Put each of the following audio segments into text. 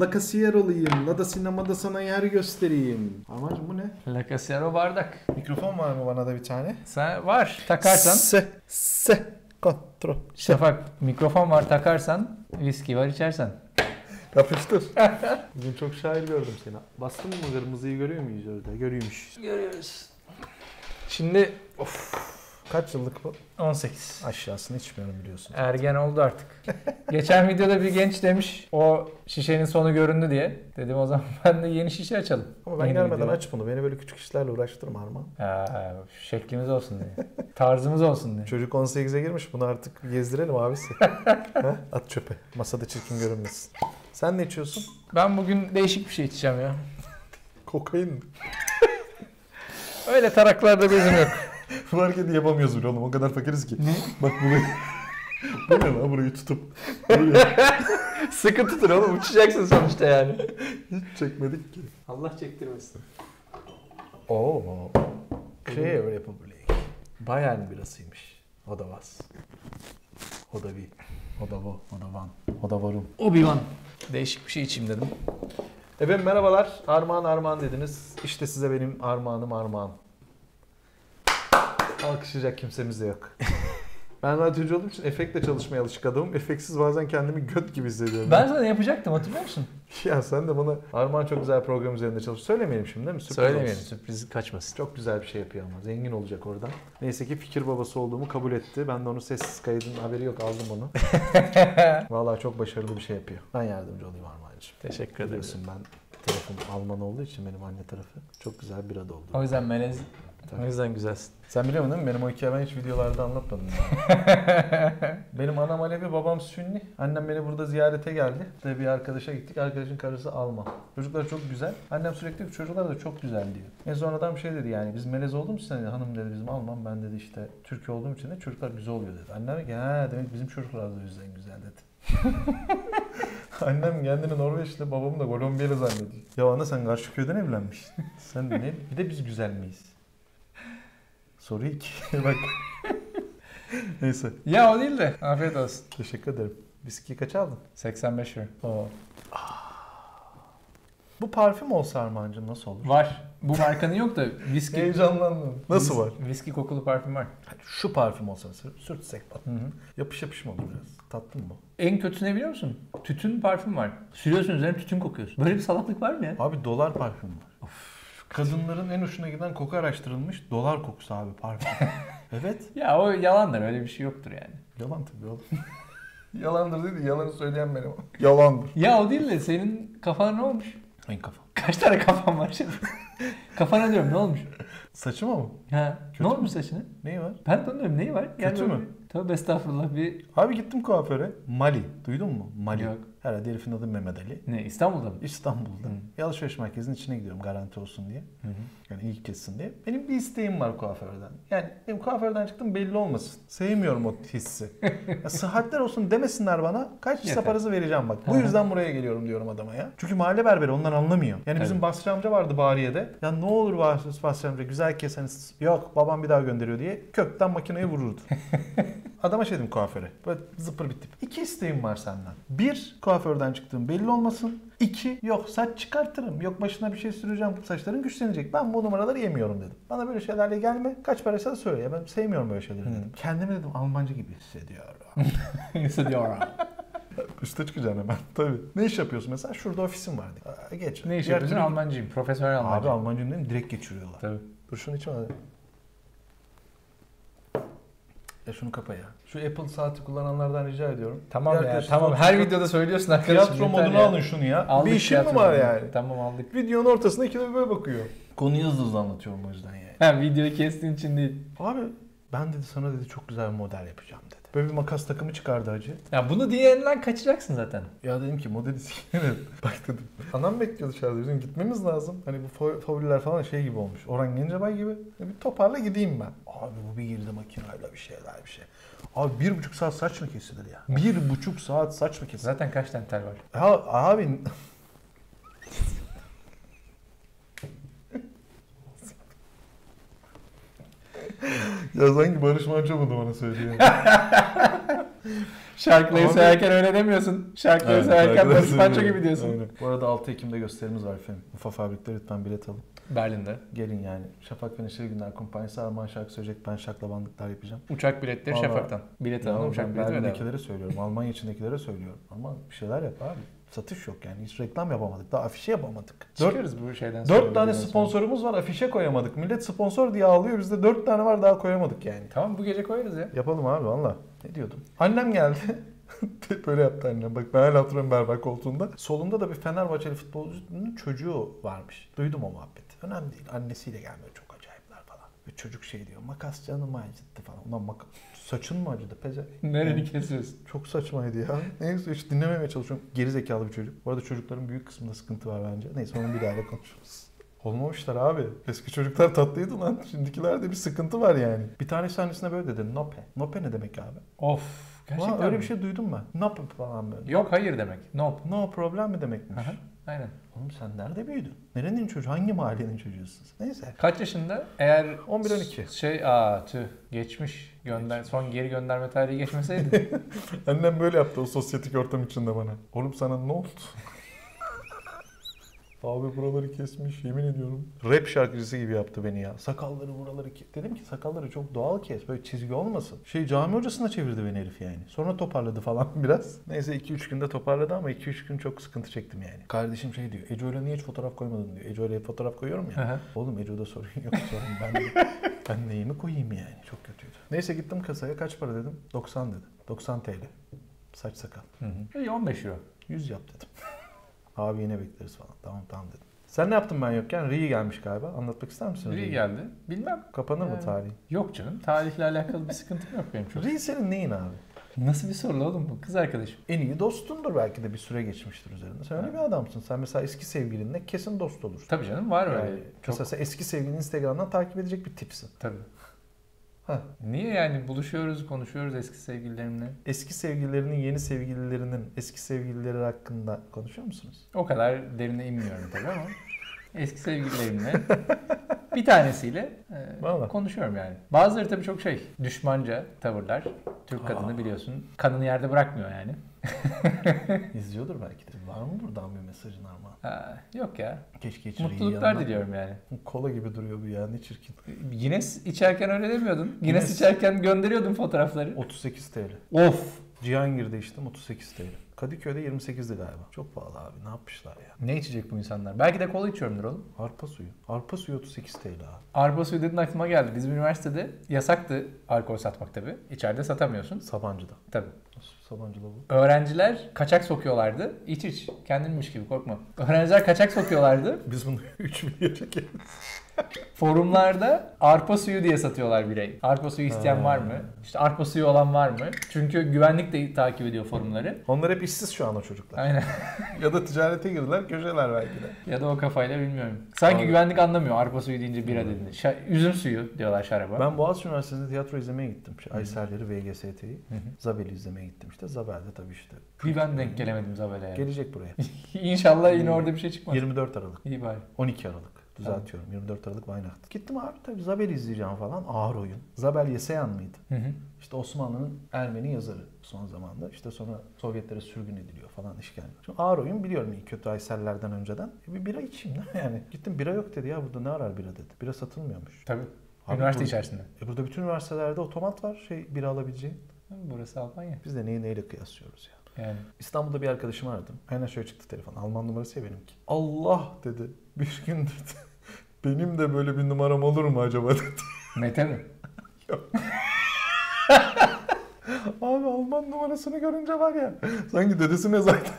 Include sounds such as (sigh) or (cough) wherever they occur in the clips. La kasiyer olayım. La da sinemada sana yer göstereyim. Amacım bu ne? La Casero bardak. Mikrofon var mı bana da bir tane? Sen var takarsan. S. S. Kontrol. Şey Şafak mikrofon var takarsan. Viski var içersen. (laughs) Yapıştır. Bugün çok şair gördüm seni. Bastın mı kırmızıyı görüyor muyuz orada? Görüyormuş. Görüyoruz. Şimdi of. Kaç yıllık bu? 18. Aşağısını içmiyorum biliyorsun. Ergen oldu artık. (laughs) Geçen videoda bir genç demiş o şişenin sonu göründü diye. Dedim o zaman (laughs) ben de yeni şişe açalım. Ama ben Yeni gelmeden video. aç bunu. Beni böyle küçük işlerle uğraştırma Arman. Ha, şeklimiz olsun (laughs) diye. Tarzımız olsun diye. Çocuk 18'e girmiş. Bunu artık gezdirelim (laughs) abisi. ha? At çöpe. Masada çirkin görünmesin. Sen ne içiyorsun? Ben bugün değişik bir şey içeceğim ya. Kokain mi? Öyle taraklarda bezim yok. Fark edip yapamıyoruz bile oğlum. O kadar fakiriz ki. (laughs) Ne? Bak burayı. (laughs) bu ne lan burayı tutup. Burayı Sıkı tutun oğlum uçacaksın sonuçta yani. hiç çekmedik ki. Allah çektirmesin. Oo. Şey Creative Republic. Bayern birasıymış. O da vas. O da bir. O da bu. O da van. O da varum. Obi-Wan. Değişik bir şey içeyim dedim. Efendim merhabalar. Armağan Armağan dediniz. İşte size benim armağanım Armağan. Alkışlayacak kimsemiz de (laughs) yok. ben radyocu olduğum için efektle çalışmaya alışık adamım. Efeksiz bazen kendimi göt gibi hissediyorum. Ben sana yapacaktım hatırlıyor musun? (laughs) Ya sen de bana Armağan çok güzel program üzerinde çalış. Söylemeyelim şimdi değil mi? Sürpriz Söylemeyelim olsun. sürpriz kaçmasın. Çok güzel bir şey yapıyor ama. Zengin olacak oradan. Neyse ki fikir babası olduğumu kabul etti. Ben de onu sessiz kaydının haberi yok. Aldım (laughs) onu. Vallahi çok başarılı bir şey yapıyor. Ben yardımcı olayım Armağan'cığım. Teşekkür ederim. Biliyorsun ben tarafım Alman olduğu için benim anne tarafı. Çok güzel bir adı oldu. O yüzden melez. Tabii. O yüzden güzelsin. Sen biliyor musun değil mi? Benim o hikayeyi ben hiç videolarda (laughs) anlatmadım. benim anam Alevi, babam Sünni. Annem beni burada ziyarete geldi. İşte bir arkadaşa gittik. Arkadaşın karısı Alman. Çocuklar çok güzel. Annem sürekli diyor ki, çocuklar da çok güzel diyor. En son adam şey dedi yani biz melez olduğumuz için dedi, hanım dedi bizim Alman. Ben dedi işte Türk olduğum için de çocuklar güzel oluyor dedi. Annem dedi ki, "Ha, demek bizim çocuklar da o yüzden güzel dedi. (laughs) Annem kendini Norveçli, babamı da Kolombiyalı zannediyor. Ya ana sen karşı köyden evlenmişsin. sen de ne? Bir de biz güzel miyiz? Soru 2. (laughs) Bak. Neyse. Ya o değil de. Afiyet olsun. Teşekkür ederim. Viski kaç aldın? 85 euro. Oo. Bu parfüm olsa Armağan'cığım nasıl olur? Var. Bu markanın yok da viski. Heyecanlandım. Nasıl vis- var? Viski kokulu parfüm var. Şu parfüm olsa sür- sürtsek bak. Hı hı. Yapış yapış mı olur biraz? Tatlı mı? En kötüsü ne biliyor musun? Tütün parfüm var. Sürüyorsun üzerine tütün kokuyorsun. Böyle bir salaklık var mı ya? Abi dolar parfüm var. Kadınların en hoşuna giden koku araştırılmış dolar kokusu abi parfüm. (laughs) evet. Ya o yalandır öyle bir şey yoktur yani. Yalan tabii oğlum. Yalandır dedi yalanı söyleyen benim. Yalandır. Ya o değil de senin kafan ne olmuş? En kafa. Kaç tane kafan var (laughs) şimdi? Kafana diyorum ne olmuş? Saçıma mı? Ha, Kötü ne olmuş saçına? Neyi var? Ben de onu diyorum neyi var? Kötü böyle mü? bir- Tövbe estağfurullah bir... Abi gittim kuaföre. Mali. Duydun mu? Mali. Yok. Herhalde herifin adı Mehmet Ali. Ne İstanbul'da mı? İstanbul'da. Hı. Bir alışveriş merkezinin içine gidiyorum garanti olsun diye. Hı hı. Yani ilk kesin diye. Benim bir isteğim var kuaförden. Yani benim kuaförden çıktım belli olmasın. Sevmiyorum o (laughs) hissi. ya, sıhhatler olsun demesinler bana. Kaç hisse Yeter. parası vereceğim bak. Bu Hı hı. yüzden buraya geliyorum diyorum adama ya. Çünkü mahalle berberi onlar anlamıyor. Yani bizim Tabii. Basri amca vardı Bahriye'de. Ya ne olur Bas- Basri amca güzel keseniz. Yok babam bir daha gönderiyor diye kökten makineye vururdu. Adama şey dedim kuaföre. Böyle zıpır bitip. İki isteğim var senden. Bir, kuaförden çıktığım belli olmasın. İki, yok saç çıkartırım. Yok başına bir şey süreceğim. Saçların güçlenecek. Ben bu numaraları yemiyorum dedim. Bana böyle şeylerle gelme. Kaç paraysa da söyle. Ya Ben sevmiyorum böyle şeyleri dedim. Kendimi dedim Almanca gibi hissediyorum. (laughs) Hissediyorum. Üste çıkacaksın hemen. Tabii. Ne iş yapıyorsun mesela? Şurada ofisim vardı. Aa, geç. ne iş Diğer yapıyorsun? türlü- Almancıyım. Profesyonel Abi Almancıyım. Almancım dedim direkt geçiriyorlar. Tabii. Dur şunu içme hadi. Ya şunu kapa ya. Şu Apple saati kullananlardan rica ediyorum. Tamam Bir ya arkadaşınız tamam olsun. her videoda söylüyorsun arkadaşım. Tiyatro yeter modunu ya. alın şunu ya. Aldık bir işim mi tiyatro var modunu. yani? Tamam aldık. Videonun ortasında iki de böyle bakıyor. Konuyu hızlı hızlı anlatıyorum o yüzden yani. Ha videoyu kestiğin için değil. Abi ben dedi sana dedi çok güzel bir model yapacağım dedi. Böyle bir makas takımı çıkardı hacı. Ya bunu diğerinden kaçacaksın zaten. Ya dedim ki modeli sikerim. (laughs) Bak dedim. Anam bekliyor dışarıda bizim gitmemiz lazım. Hani bu fa- favoriler falan şey gibi olmuş. Orhan Gencebay gibi. Ya Bir toparla gideyim ben. Abi bu bir girdi makinayla bir şeyler bir şey. Abi bir buçuk saat saç mı kesilir ya? Bir buçuk saat saç mı kesilir? Zaten kaç tane tel var? Ya abi (laughs) ya sanki Barış Manço buldu bana söylüyor. Şarkıları Abi- severken öyle demiyorsun. Şarkıları Evet, severken arkadaşlar Barış Manço söylüyor. gibi diyorsun. Aynen. Bu arada 6 Ekim'de gösterimiz var efendim. Ufa Fabrik'te lütfen bilet alın. Berlin'de. Gelin yani. Şafak ve Neşeli Günler Kumpanyası Alman şarkı söyleyecek. Ben şaklabanlıklar yapacağım. Uçak biletleri Vallahi- Şafak'tan. Bilet Ya alalım ben uçak bileti bedava. Berlin'dekilere söylüyorum. Almanya içindekilere söylüyorum. Ama bir şeyler yap abi. Satış yok yani. Hiç reklam yapamadık. Daha afişe yapamadık. Dört, Çıkarız bu şeyden sonra. dört tane videodan sonra. sponsorumuz var. Afişe koyamadık. Millet sponsor diye ağlıyor. Bizde dört tane var daha koyamadık yani. Tamam bu gece koyarız ya. Yapalım abi valla. Ne diyordum? Annem geldi. (laughs) Böyle yaptı annem. Bak ben hala hatırlıyorum berber koltuğunda. Solunda da bir Fenerbahçeli futbolcunun çocuğu varmış. Duydum o muhabbeti. Önemli değil. Annesiyle gelmiyor çok acayipler falan. Ve çocuk şey diyor. Makas canımı acıttı falan. Ulan mak saçın mı acıdı peze? Nereni kesiyorsun? Çok saçmaydı ya. Neyse hiç dinlememeye çalışıyorum. Geri zekalı bir çocuk. Bu arada çocukların büyük kısmında sıkıntı var bence. Neyse onu bir daha konuşuruz. (laughs) Olmamışlar abi. Eski çocuklar tatlıydı lan. Şimdikilerde bir sıkıntı var yani. Bir tane sahnesinde böyle dedi. Nope. Nope ne demek abi? Of. Gerçekten Ulan öyle mi? bir şey duydun mu? Nope falan böyle. Yok hayır demek. Nope. No problem mi demekmiş? Aha, Aynen. Oğlum sen nerede büyüdün? Nerenin çocuğu? Hangi mahallenin çocuğusun? sen? Neyse. Kaç yaşında? Eğer 11-12. şey aa tüh geçmiş gönder son geri gönderme tarihi (laughs) geçmeseydi (laughs) Annem böyle yaptı o sosyetik ortam içinde bana. Oğlum sana ne (laughs) oldu? Abi buraları kesmiş yemin ediyorum. Rap şarkıcısı gibi yaptı beni ya. Sakalları buraları kes. Dedim ki sakalları çok doğal kes. Böyle çizgi olmasın. Şey cami hocasına çevirdi beni herif yani. Sonra toparladı falan (laughs) biraz. Neyse 2-3 günde toparladı ama 2-3 gün çok sıkıntı çektim yani. Kardeşim şey diyor. Ece öyle niye hiç fotoğraf koymadın diyor. Ece öyle fotoğraf koyuyorum ya. Hı hı. Oğlum Eco'da sorun yok sorun ben ben neyimi koyayım yani çok kötüydü. Neyse gittim kasaya kaç para dedim 90 dedi 90 TL saç sakal Hı hı. İyi, 15 euro 100 yap dedim. (laughs) Abi yine bekleriz falan tamam tamam dedim. Sen ne yaptın ben yokken? Ri gelmiş galiba. Anlatmak ister misin? Biri Ri'yi? geldi bilmem Kapanır mı Yani. tarih? yok canım tarihle alakalı bir sıkıntım yok benim çok Ri senin neyin abi? (laughs) nasıl bir soru lan oğlum bu kız arkadaşım En iyi dostundur belki de bir süre geçmiştir üzerinde. Sen öyle Ha. bir adamsın. Sen mesela eski sevgilinle kesin dost olursun. tabii canım var öyle Yani çok Mesela sen eski sevgilini Instagram'dan takip edecek bir tipsin. tabii Heh. niye yani buluşuyoruz konuşuyoruz eski sevgililerimle Eski sevgililerinin yeni sevgililerinin eski sevgilileri hakkında konuşuyor musunuz? o kadar derine inmiyorum tabii ama eski sevgililerimle bir tanesiyle e, Vallahi. konuşuyorum yani. Bazıları tabii çok şey düşmanca tavırlar. Türk kadını Aa. biliyorsun kanını yerde bırakmıyor yani. İzliyordur belki de. Var mı buradan bir mesajın ama? Aa, yok ya. Keşke hiç Ri'yi Mutluluklar yanına- diliyorum yani. Kola gibi duruyor bu ya ne çirkin. Guinness içerken öyle demiyordun. Guinness Guinness. içerken gönderiyordun fotoğrafları. 38 TL. Of. Cihangir'de içtim 38 TL. Kadıköy'de 28'di galiba. Çok pahalı abi ne yapmışlar ya. Ne içecek bu insanlar? Belki de kola içiyorumdur oğlum. Arpa suyu. Arpa suyu 38 TL abi. Arpa suyu dedin aklıma geldi. Bizim üniversitede yasaktı alkol satmak tabii. İçeride satamıyorsun. Sabancı'da. Tabii. Nasıl Sabancı'da bu? Öğrenciler kaçak sokuyorlardı. İç iç. Kendinmiş gibi korkma. Öğrenciler kaçak sokuyorlardı. Biz bunu (laughs) 3 milyar çekelim. Forumlarda arpa suyu diye satıyorlar birey. Arpa suyu isteyen Ha. var mı? İşte arpa suyu olan var mı? Çünkü güvenlik de takip ediyor forumları. Onlar hep işsiz şu an o çocuklar. Aynen. (laughs) ya da ticarete girdiler köşeler belki de. Ya da o kafayla bilmiyorum. Sanki Abi. güvenlik anlamıyor. Arpa suyu deyince bira dediğinde. Şa- üzüm suyu diyorlar şaraba. Ben Boğaziçi Üniversitesi'nde tiyatro izlemeye gittim. Şey, Hı. Ayserleri, VGST'yi. Hı hı. Zabel'i izlemeye gittim işte. Zabel'de tabii işte. Bir ben denk gelemedim Zabel'e. ya. Gelecek buraya. (laughs) İnşallah Hmm. yine orada bir şey çıkmaz. 24 Aralık. İyi bari. 12 Aralık. Düzeltiyorum. 24 Aralık Weihnacht. Gittim abi tabii Zabel izleyeceğim falan. Ağır oyun. Zabel Yeseyan mıydı? Hı hı. İşte Osmanlı'nın Ermeni yazarı son zamanda. İşte sonra Sovyetlere sürgün ediliyor falan işkence. Şimdi ağır oyun biliyorum iyi kötü Aysellerden önceden. E bir bira içeyim lan (laughs) yani. Gittim bira yok dedi ya burada ne arar bira dedi. Bira satılmıyormuş. Tabii. Abi Üniversite bu- içerisinde. E burada bütün üniversitelerde otomat var şey bira alabileceğin. Burası Almanya. Biz de neyi neyle kıyaslıyoruz ya. Yani. İstanbul'da bir arkadaşımı aradım. Aynen şöyle çıktı telefon. Alman numarası ya benimki. Allah dedi. (laughs) Bir gün dedi. Benim de böyle bir numaram olur mu acaba dedi. (laughs) Mete mi? Abi Alman numarasını görünce var ya. Sanki dedesine zaten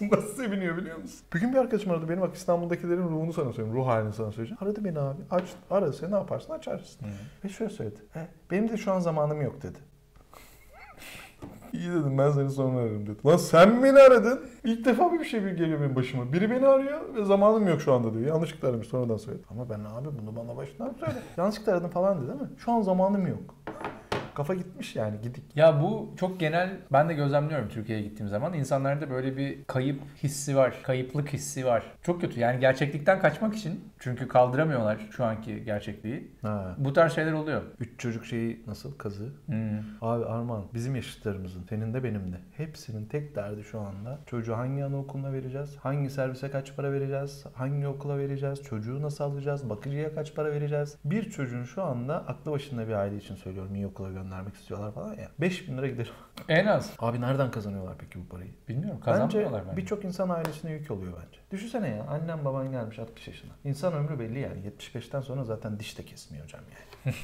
nasıl seviniyor biliyor musun? Bir gün bir arkadaşım aradı. Benim bak İstanbul'dakilerin ruhunu sana söyleyeyim. Ruh halini sana söyleyeceğim. Aradı beni abi. Aç, arasa ne yaparsın açarsın. Ve şöyle söyledi. "E, benim de şu an zamanım yok dedi. İyi dedim ben seni sonra ararım dedi. Lan sen beni aradın. İlk defa bir şey geliyor benim başıma. Biri beni arıyor ve zamanım yok şu anda diyor. Yanlışlıkla aramış sonradan söyledi. (laughs) Ama ben abi bunu bana baştan söyle. Yanlışlıkla aradım falan dedi değil mi? Şu an zamanım yok. Kafa gitti gitmiş yani gidik. Ya bu çok genel, ben de gözlemliyorum Türkiye'ye gittiğim zaman. insanlarda böyle bir kayıp hissi var, kayıplık hissi var. Çok kötü yani gerçeklikten kaçmak için. Çünkü kaldıramıyorlar şu anki gerçekliği. Ha. Bu tarz şeyler oluyor. Üç çocuk şeyi nasıl kazı? Hmm. Abi Arman bizim yaşıtlarımızın senin de benim de hepsinin tek derdi şu anda çocuğu hangi anaokuluna vereceğiz? Hangi servise kaç para vereceğiz? Hangi okula vereceğiz? Çocuğu nasıl alacağız? Bakıcıya kaç para vereceğiz? Bir çocuğun şu anda aklı başında bir aile için söylüyorum iyi okula göndermek istiyorlar falan ya. 5000 lira gider. (laughs) En az. Abi nereden kazanıyorlar peki bu parayı? Bilmiyorum Bence kazanmıyorlar bence. birçok insan ailesine yük oluyor bence. Düşünsene ya annem baban gelmiş 60 yaşına. İnsan ömrü belli yani 75'ten sonra zaten diş de kesmiyor hocam yani.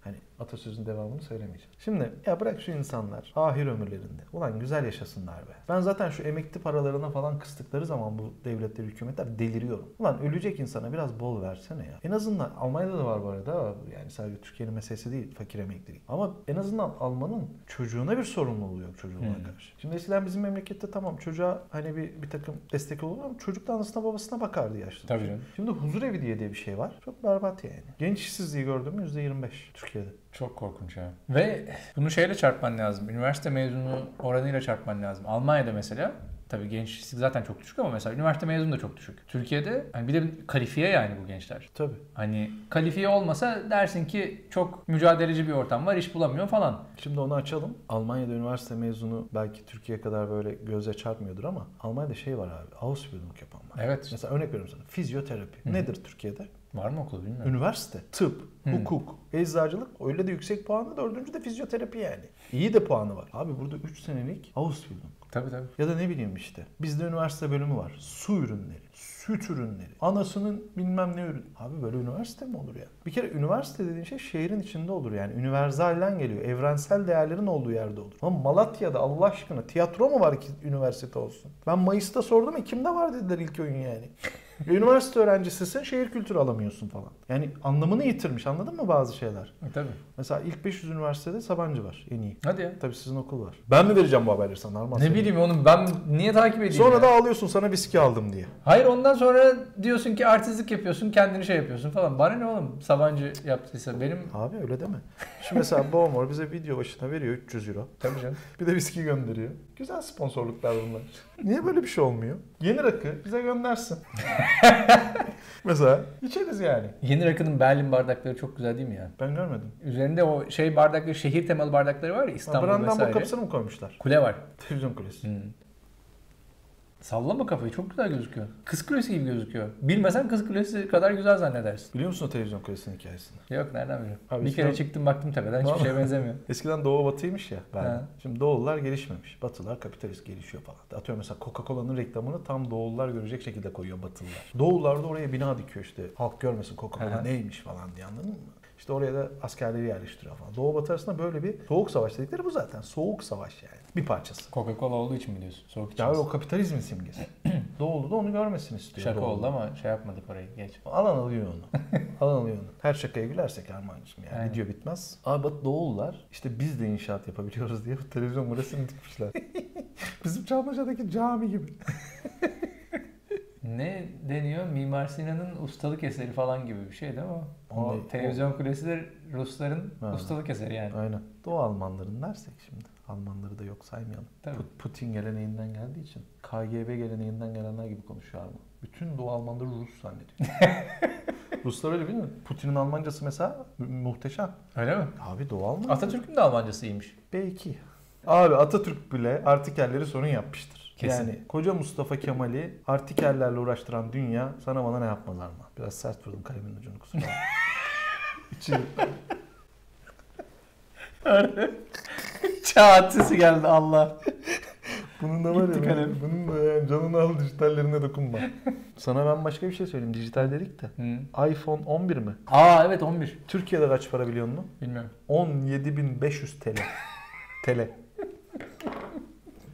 hani atasözün devamını söylemeyeceğim. Şimdi ya bırak şu insanlar ahir ömürlerinde. Ulan güzel yaşasınlar be. Ben zaten şu emekli paralarına falan kıstıkları zaman bu devletler hükümetler deliriyorum. Ulan ölecek insana biraz bol versene ya. En azından Almanya'da da var bu arada yani sadece Türkiye'nin meselesi değil fakir emeklilik. Ama en azından Alman'ın çocuğuna bir sorumluluğu yok çocuğuna Hmm. karşı. Şimdi eskiden bizim memlekette tamam çocuğa hani bir, bir takım destek olur ama çocuk da anasına babasına bakardı yaşlı. Tabii canım. Şimdi huzur evi diye diye bir şey var. Çok berbat yani. Genç işsizliği gördün mü %25 Türkiye'de. Çok korkunç ya. Ve bunu şeyle çarpman lazım. Üniversite mezunu oranıyla çarpman lazım. Almanya'da mesela tabii gençlik zaten çok düşük ama mesela üniversite mezunu da çok düşük. Türkiye'de hani bir de kalifiye yani bu gençler. Tabii. Hani kalifiye olmasa dersin ki çok mücadeleci bir ortam var, iş bulamıyor falan. Şimdi onu açalım. Almanya'da üniversite mezunu belki Türkiye kadar böyle göze çarpmıyordur ama Almanya'da şey var abi. Ausbildung yapan var. Evet. Mesela örnek veriyorum sana. Fizyoterapi. Hı hı. Nedir Türkiye'de? Var mı okulu bilmiyorum. Üniversite, tıp, Hı. hukuk, eczacılık öyle de yüksek puanlı dördüncü de fizyoterapi yani. İyi de puanı var. Abi burada 3 senelik Ausbildung. Tabii tabii. Ya da ne bileyim işte. Bizde üniversite bölümü var. Su ürünleri, süt ürünleri, anasının bilmem ne ürün. Abi böyle üniversite mi olur ya? Bir kere üniversite dediğin şey şehrin içinde olur yani. Üniversalden geliyor. Evrensel değerlerin olduğu yerde olur. Ama Malatya'da Allah aşkına tiyatro mu var ki üniversite olsun? Ben Mayıs'ta sordum Ekim'de var dediler ilk oyun yani. Ya üniversite öğrencisisin şehir kültürü alamıyorsun falan. Yani anlamını yitirmiş anladın mı bazı şeyler? E, Tabii. Mesela ilk 500 üniversitede Sabancı var en iyi. Hadi ya. Tabii sizin okul var. Ben mi vereceğim bu haberleri sana Arman? Ne Senin? bileyim oğlum ben niye takip edeyim Sonra ya? da ağlıyorsun sana viski aldım diye. Hayır ondan sonra diyorsun ki artistlik yapıyorsun, kendini şey yapıyorsun falan. Bana ne oğlum Sabancı yaptıysa benim... Abi öyle deme. Şimdi mesela Bomor bize video başına veriyor 300 euro. Tabii canım. Bir de viski gönderiyor. Güzel sponsorluklar bunlar. Niye böyle bir şey olmuyor? Yeni rakı bize göndersin. (laughs) mesela içeriz yani. Yeni rakının Berlin bardakları çok güzel değil mi ya? Ben görmedim. Üzerinde o şey bardakları, şehir temalı bardakları var ya İstanbul Brandenburg vesaire. kapısını mı koymuşlar? Kule var. Televizyon kulesi. Hmm. Sallama kafayı çok güzel gözüküyor. Kız kulesi gibi gözüküyor. Bilmesen kız kulesi kadar güzel zannedersin. Biliyor musun o televizyon kulesinin hikayesini? Yok nereden biliyorum. Abi bir kere İslam- çıktım baktım tepeden hiçbir Vallahi. şeye benzemiyor. Eskiden Doğu Batı'ymış ya. Berlin. He. Şimdi Doğullar gelişmemiş. Batılar kapitalist gelişiyor falan. Atıyorum mesela Coca-Cola'nın reklamını tam Doğullar görecek şekilde koyuyor Batılılar. Doğullar da oraya bina dikiyor işte. Halk görmesin Coca-Cola He. neymiş falan diye anladın mı? İşte oraya da askerleri yerleştiriyor falan. Doğu Batı arasında böyle bir soğuk savaş dedikleri bu zaten. Soğuk savaş yani. Bir parçası. Coca-Cola olduğu için mi diyorsun? Soğuk Ya içmez. o kapitalizmin simgesi. (clears throat) Doğulu da onu görmesin istiyor. Şaka Doğulu. oldu ama şey yapmadı parayı geç. Alan alıyor (laughs) onu. Alan alıyor onu. Her şakaya gülersek Armağan'cığım yani. Aynen. Video bitmez. Abi Batı Doğullar işte biz de inşaat yapabiliyoruz diye bu televizyon burasını dikmişler. (laughs) Bizim Çamlıca'daki cami gibi. Ne deniyor? Mimar Sinan'ın ustalık eseri falan gibi bir şey değil mi? o? O Ne? televizyon kulesi de Rusların Ha. ustalık eseri yani. Aynen. Doğu Almanların dersek şimdi. Almanları da yok saymayalım. Tabii. Put- Putin geleneğinden geldiği için KGB geleneğinden gelenler gibi konuşuyor Alman. Bütün Doğu Almanları Rus (laughs) zannediyor. Ruslar öyle bilmiyor. Putin'in Almancası mesela mu- muhteşem. Öyle mi? Abi Doğu Alman. Atatürk'ün de Almancası iyiymiş. Belki. Abi Atatürk bile artikelleri sorun yapmıştır. Kesin. Yani koca Mustafa Kemal'i artikellerle uğraştıran dünya sana bana ne yapmalar mı? Biraz sert vurdum kalemin ucunu kusura bakma. İçi- (laughs) Çağat sesi geldi Allah. (laughs) bunun da var ya, Gitti kalem. bunun da yani canını al dijitallerine dokunma. (laughs) Sana ben başka bir şey söyleyeyim. Dijital dedik de. Hı. iPhone 11 mi? Aa evet 11. Türkiye'de kaç para biliyor musun? Bilmiyorum. 17.500 (laughs) TL. TL.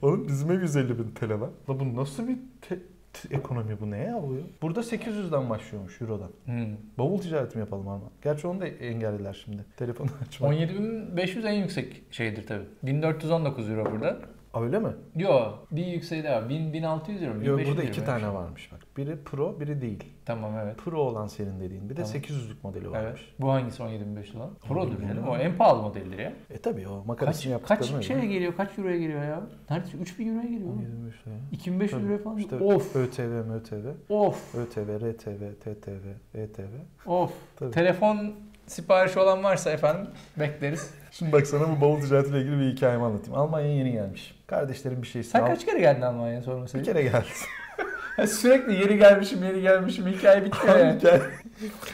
Oğlum bizim ev 150 bin TL lan. La bu nasıl bir te- t- ekonomi bu ne ya bu ya? Burada 800'den başlıyormuş Euro'dan. Hı. Bavul ticareti mi yapalım Arman? Gerçi onu da engellediler şimdi. Telefonu açmak. 17.500 en yüksek şeydir tabii. 1419 euro burada. Öyle mi? Yo bir yükseği daha. 1000, 1600 euro. mu? Yok 1500 burada euro iki mu? tane varmış bak. Biri Pro, biri değil. Tamam evet. Pro olan senin dediğin. Bir de Tamam. 800'lük modeli Evet. varmış. Bu hangisi 17500 olan? Pro'dur Bilmiyorum canım. ama. O en pahalı modeldir ya. E tabii o Kaç, makarasını kaç şey? yaptıklarına şeye geliyor? Kaç euroya geliyor ya? Neredeyse 3000 euroya geliyor. oğlum. 25 lira. 2500 Tabii. euro falan. İşte of. ÖTV, MÖTV, Of. ÖTV, RTV, TTV, ETV. Of. Tabii. Telefon siparişi olan varsa efendim bekleriz. Şimdi bak sana bu bavul ticaretiyle ilgili bir hikayemi anlatayım. Almanya'ya yeni gelmiş. Kardeşlerim bir şey Sen al- kaç kere geldin Almanya'ya sorması? Bir kere geldi. (laughs) Sürekli yeni gelmişim, yeni gelmişim. Hikaye (laughs) bitmiyor Abi ya. hikaye-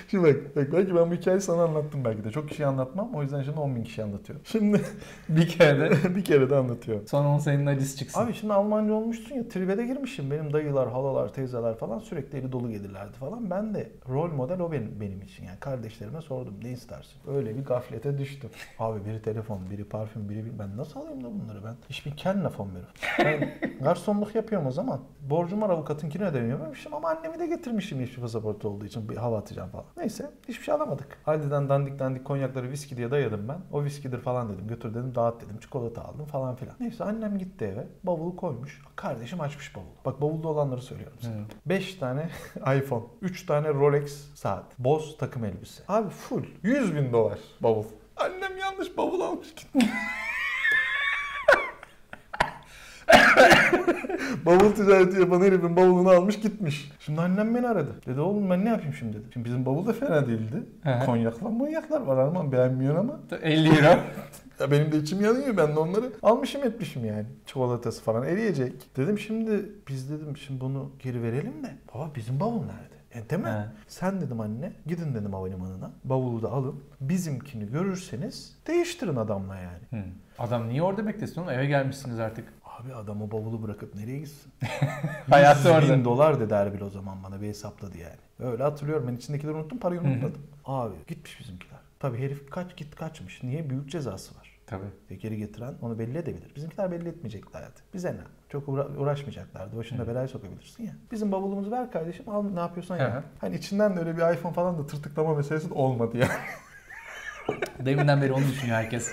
Şimdi bak, bak belki ben bu hikayeyi sana anlattım belki de. Çok kişiye anlatmam. O yüzden şimdi 10 bin kişi anlatıyorum. Şimdi bir kere de. (laughs) bir kere de anlatıyorum. Son 10 senenin acısı çıksın. Abi şimdi Almanca olmuşsun ya tribe de girmişim. Benim dayılar, halalar, teyzeler falan sürekli eli dolu gelirlerdi falan. Ben de rol model o benim, benim için. Yani kardeşlerime sordum ne istersin? Öyle bir gaflete düştüm. Abi biri telefon, biri parfüm, biri bil- ben nasıl alayım da bunları ben? Hiçbir ken lafım benim. Ben garsonluk yapıyorum o zaman. Borcum var avukatınkini ödemiyormuşum ama annemi de getirmişim yeşil pasaport olduğu için bir hava atacağım falan. Neyse hiçbir şey alamadık. Halde'den dandik dandik konyakları viski diye dayadım ben. O viskidir falan dedim. Götür dedim dağıt dedim. Çikolata aldım falan filan. Neyse annem gitti eve. Bavulu koymuş. Kardeşim açmış bavulu. Bak bavulda olanları söylüyorum sana. Evet. 5 tane (laughs) iPhone, 3 tane Rolex saat, Boz takım elbise. Abi full 100 bin dolar bavul. Annem yanlış bavul almış gitmiş. bavul ticareti yapan herifin bavulunu almış gitmiş. Şimdi annem beni aradı. Dedi oğlum ben ne yapayım şimdi dedi. Şimdi bizim bavul da fena değildi. Hı hı. Konyaklar manyaklar var Alman beğenmiyorsun ama. 50 euro. Ya benim de içim yanıyor. Ben de onları almışım etmişim yani. Çikolatası falan eriyecek. Dedim şimdi biz dedim şimdi bunu geri verelim de. Baba bizim bavul nerede? E, değil mi? He. Sen dedim anne gidin dedim havalimanına. Bavulu da alın. Bizimkini görürseniz değiştirin adamla yani. Hı. Adam niye orada beklesin oğlum? Eve gelmişsiniz (laughs) artık. Abi adam o bavulu bırakıp nereye gitsin? Hayatı 100 orada. bin dolar dedi Erbil o zaman bana bir hesapladı yani. Öyle hatırlıyorum ben içindekileri unuttum parayı unutmadım. Abi gitmiş bizimkiler. Tabii herif kaç git kaçmış. Niye? Büyük cezası var. Tabii. ve geri getiren onu belli edebilir. Bizimkiler belli etmeyecekti hayatı. Bize ne? Çok uğra- uğraşmayacaklardı. Başında belaya sokabilirsin ya. Bizim bavulumuzu ver kardeşim al ne yapıyorsan Hı hı. yap. Hani içinden de öyle bir iPhone falan da tırtıklama meselesi de olmadı yani. Deminden beri onu düşünüyor herkes.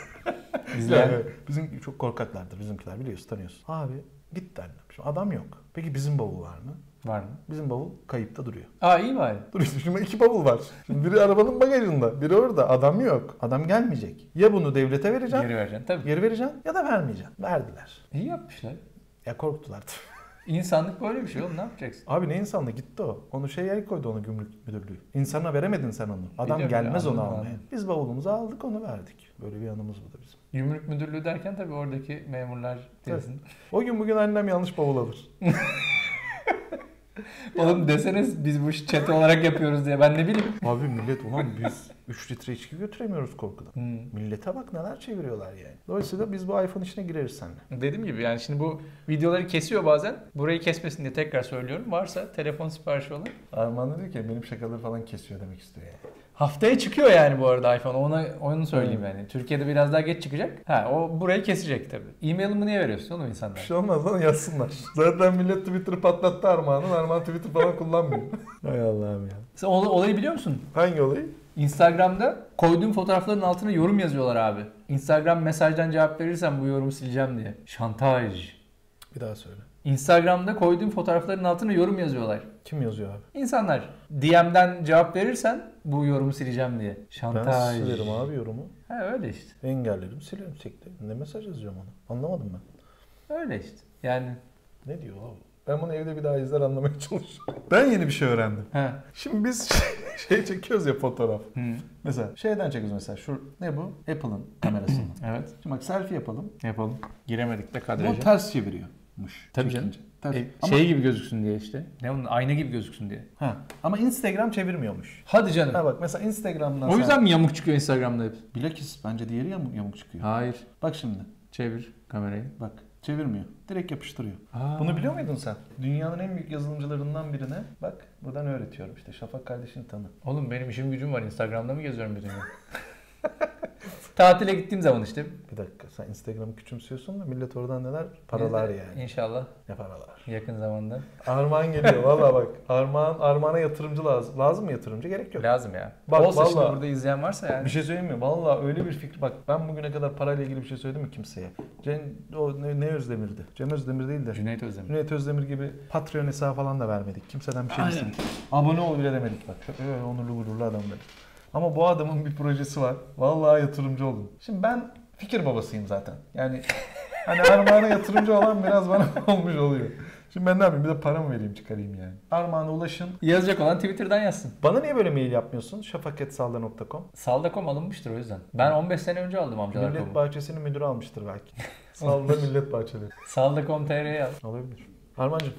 İzleyen. Yani bizim çok korkaklardır bizimkiler biliyorsun tanıyorsun. Abi gitti annem. Şimdi adam yok. Peki bizim bavul var mı? Var mı? Bizim bavul kayıpta duruyor. Aa iyi bari. Duruyor. Şimdi iki bavul var. Şimdi biri arabanın bagajında, biri orada. Adam yok. Adam gelmeyecek. Ya bunu devlete vereceğim, Geri vereceksin tabii. geri vereceğim ya da vermeyeceğim. Verdiler. İyi yapmışlar. Ya korktular tabii. İnsanlık böyle bir şey oğlum ne yapacaksın? Abi ne insanla gitti o. Onu şey yer koydu onu gümrük müdürlüğü. İnsana veremedin sen onu. Adam Biliyorum ya, gelmez onu anladım, almaya. anladım. Biz bavulumuzu aldık onu verdik. Böyle bir yanımız bu da bizim. Gümrük müdürlüğü derken tabii oradaki memurlar desin. O gün bugün annem yanlış bavul alır. Oğlum deseniz biz bu işi çete olarak yapıyoruz diye ben ne bileyim. Abi millet ulan biz 3 litre içki götüremiyoruz korkudan. Hmm. Millete bak neler çeviriyorlar yani. Dolayısıyla biz bu iPhone işine gireriz seninle. Dediğim gibi yani şimdi bu videoları kesiyor bazen. Burayı kesmesin diye tekrar söylüyorum. Varsa telefon siparişi olan. Armağan da diyor ki benim şakaları falan kesiyor demek istiyor yani. Haftaya çıkıyor yani bu arada iPhone. Ona onu söyleyeyim yani. Türkiye'de biraz daha geç çıkacak. Ha o burayı kesecek tabii. E-mail'ımı niye veriyorsun oğlum Bir insanlara? şey olmaz lan yazsınlar. (laughs) Zaten millet Twitter'ı patlattı Armağan'ın. Armağan Twitter falan kullanmıyor. Hay Allah'ım ya. Sen ol- olayı biliyor musun? Hangi olayı? Instagram'da koyduğum fotoğrafların altına yorum yazıyorlar abi. Instagram mesajdan cevap verirsen bu yorumu sileceğim diye. Şantaj. Bir daha söyle. Instagram'da koyduğum fotoğrafların altına yorum yazıyorlar. Kim yazıyor abi? İnsanlar DM'den cevap verirsen bu yorumu sileceğim diye. Şantaj. Ben silerim abi yorumu. Ha öyle işte. Engellerim, silerim, seklerim. Ne mesaj yazıyorum ona? Anlamadım ben. Öyle işte. Yani Ne diyor abi? Ben bunu evde bir daha izler anlamaya çalışıyorum. (laughs) Ben yeni bir şey öğrendim. ha. Şimdi (laughs) biz şey, şey çekiyoruz ya fotoğraf. Hı. Mesela şeyden çekiyoruz mesela şu ne bu? Apple'ın (clears throat) kamerasından. Evet. Şimdi bak selfie yapalım. Yapalım. Giremedik de Bu ters çeviriyormuş. Tabii canım. çekince. Ters. E, ama, şey gibi gözüksün diye işte. Ne onun ayna gibi gözüksün diye. ha, ama Instagram çevirmiyormuş. Hadi canım. Ha bak mesela Instagram'dan o yüzden mi yamuk çıkıyor Instagram'da hep? sen... Bilakis bence diğeri yamuk, yamuk çıkıyor. Hayır. Bak şimdi. Çevir kamerayı. Bak çevirmiyor. Direkt yapıştırıyor. Aa. Bunu biliyor muydun sen? Dünyanın en büyük yazılımcılarından birine bak buradan öğretiyorum işte Şafak kardeşini tanı. (laughs) Oğlum benim işim gücüm var. Instagram'da mı geziyorum bütün gün? Tatile gittiğim zaman işte. Bir dakika sen Instagram'ı küçümsüyorsun da millet oradan neler? Paralar yani. İnşallah Ne paralar? yakın zamanda. Armağan geliyor valla bak. Armağan, Armağan'a yatırımcı lazım. Lazım mı yatırımcı? Gerek yok. Lazım ya. Bak, Olsa şimdi vallahi- burada izleyen varsa yani. Bir şey söyleyeyim mi? Valla öyle bir fikir. Bak ben bugüne kadar parayla ilgili bir şey söyledim mi kimseye? Cem, o ne, ne Özdemir'di? Cem Özdemir değil de. Cüneyt Özdemir. Cüneyt Özdemir gibi Patreon hesabı falan da vermedik. Kimseden bir şey Aynen. istemedik. Abone ol bile demedik bak. Çok öyle onurlu gururlu adam dedik. Ama bu adamın bir projesi var. Vallahi yatırımcı olun. Şimdi ben fikir babasıyım zaten. Yani hani Armağan'a yatırımcı olan biraz bana (laughs) olmuş oluyor. Şimdi ben ne yapayım? Bir de para mı vereyim çıkarayım yani? Armağan'a ulaşın. Yazacak olan Twitter'dan yazsın. Bana niye böyle mail yapmıyorsun? Şafaketsalda.com Salda.com alınmıştır o yüzden. Ben 15 sene önce aldım Millet amcalar.com'u. Bahçesi'nin müdürü almıştır belki. Salda Millet Bahçeleri. Salda.com.tr'ye yaz. Olabilir. Armancığım.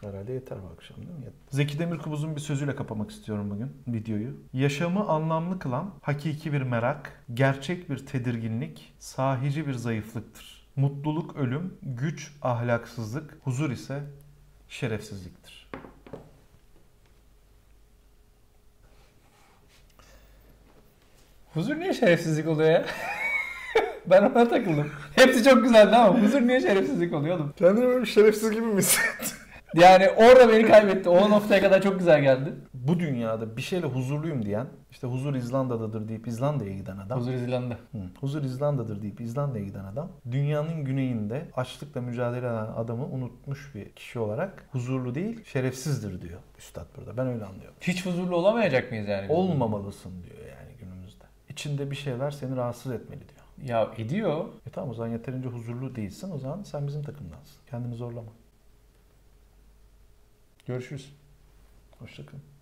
Herhalde yeter bu akşam değil mi? Zeki Demirkubuz'un bir sözüyle kapamak istiyorum bugün videoyu. Yaşamı anlamlı kılan hakiki bir merak, gerçek bir tedirginlik, sahici bir zayıflıktır. Mutluluk ölüm, güç ahlaksızlık, huzur ise şerefsizliktir. Huzur niye şerefsizlik oluyor ya? (laughs) ben ona takıldım. Hepsi çok güzeldi ama huzur niye şerefsizlik oluyor oğlum? Kendini böyle şerefsiz gibi mi Yani orada beni kaybetti. O noktaya kadar çok güzel geldi. Bu dünyada bir şeyle huzurluyum diyen, işte huzur İzlanda'dadır deyip İzlanda'ya giden adam. Huzur İzlanda. Hı. Huzur İzlanda'dır deyip İzlanda'ya giden adam dünyanın güneyinde açlıkla mücadele eden adamı unutmuş bir kişi olarak huzurlu değil şerefsizdir diyor üstad burada. Ben öyle anlıyorum. Hiç huzurlu olamayacak mıyız yani? Olmamalısın diyor yani günümüzde. İçinde bir şeyler seni rahatsız etmeli diyor. Ya ediyor. E tamam o zaman yeterince huzurlu değilsin o zaman sen bizim takımdansın. Kendini zorlama. Görüşürüz. Hoşçakalın.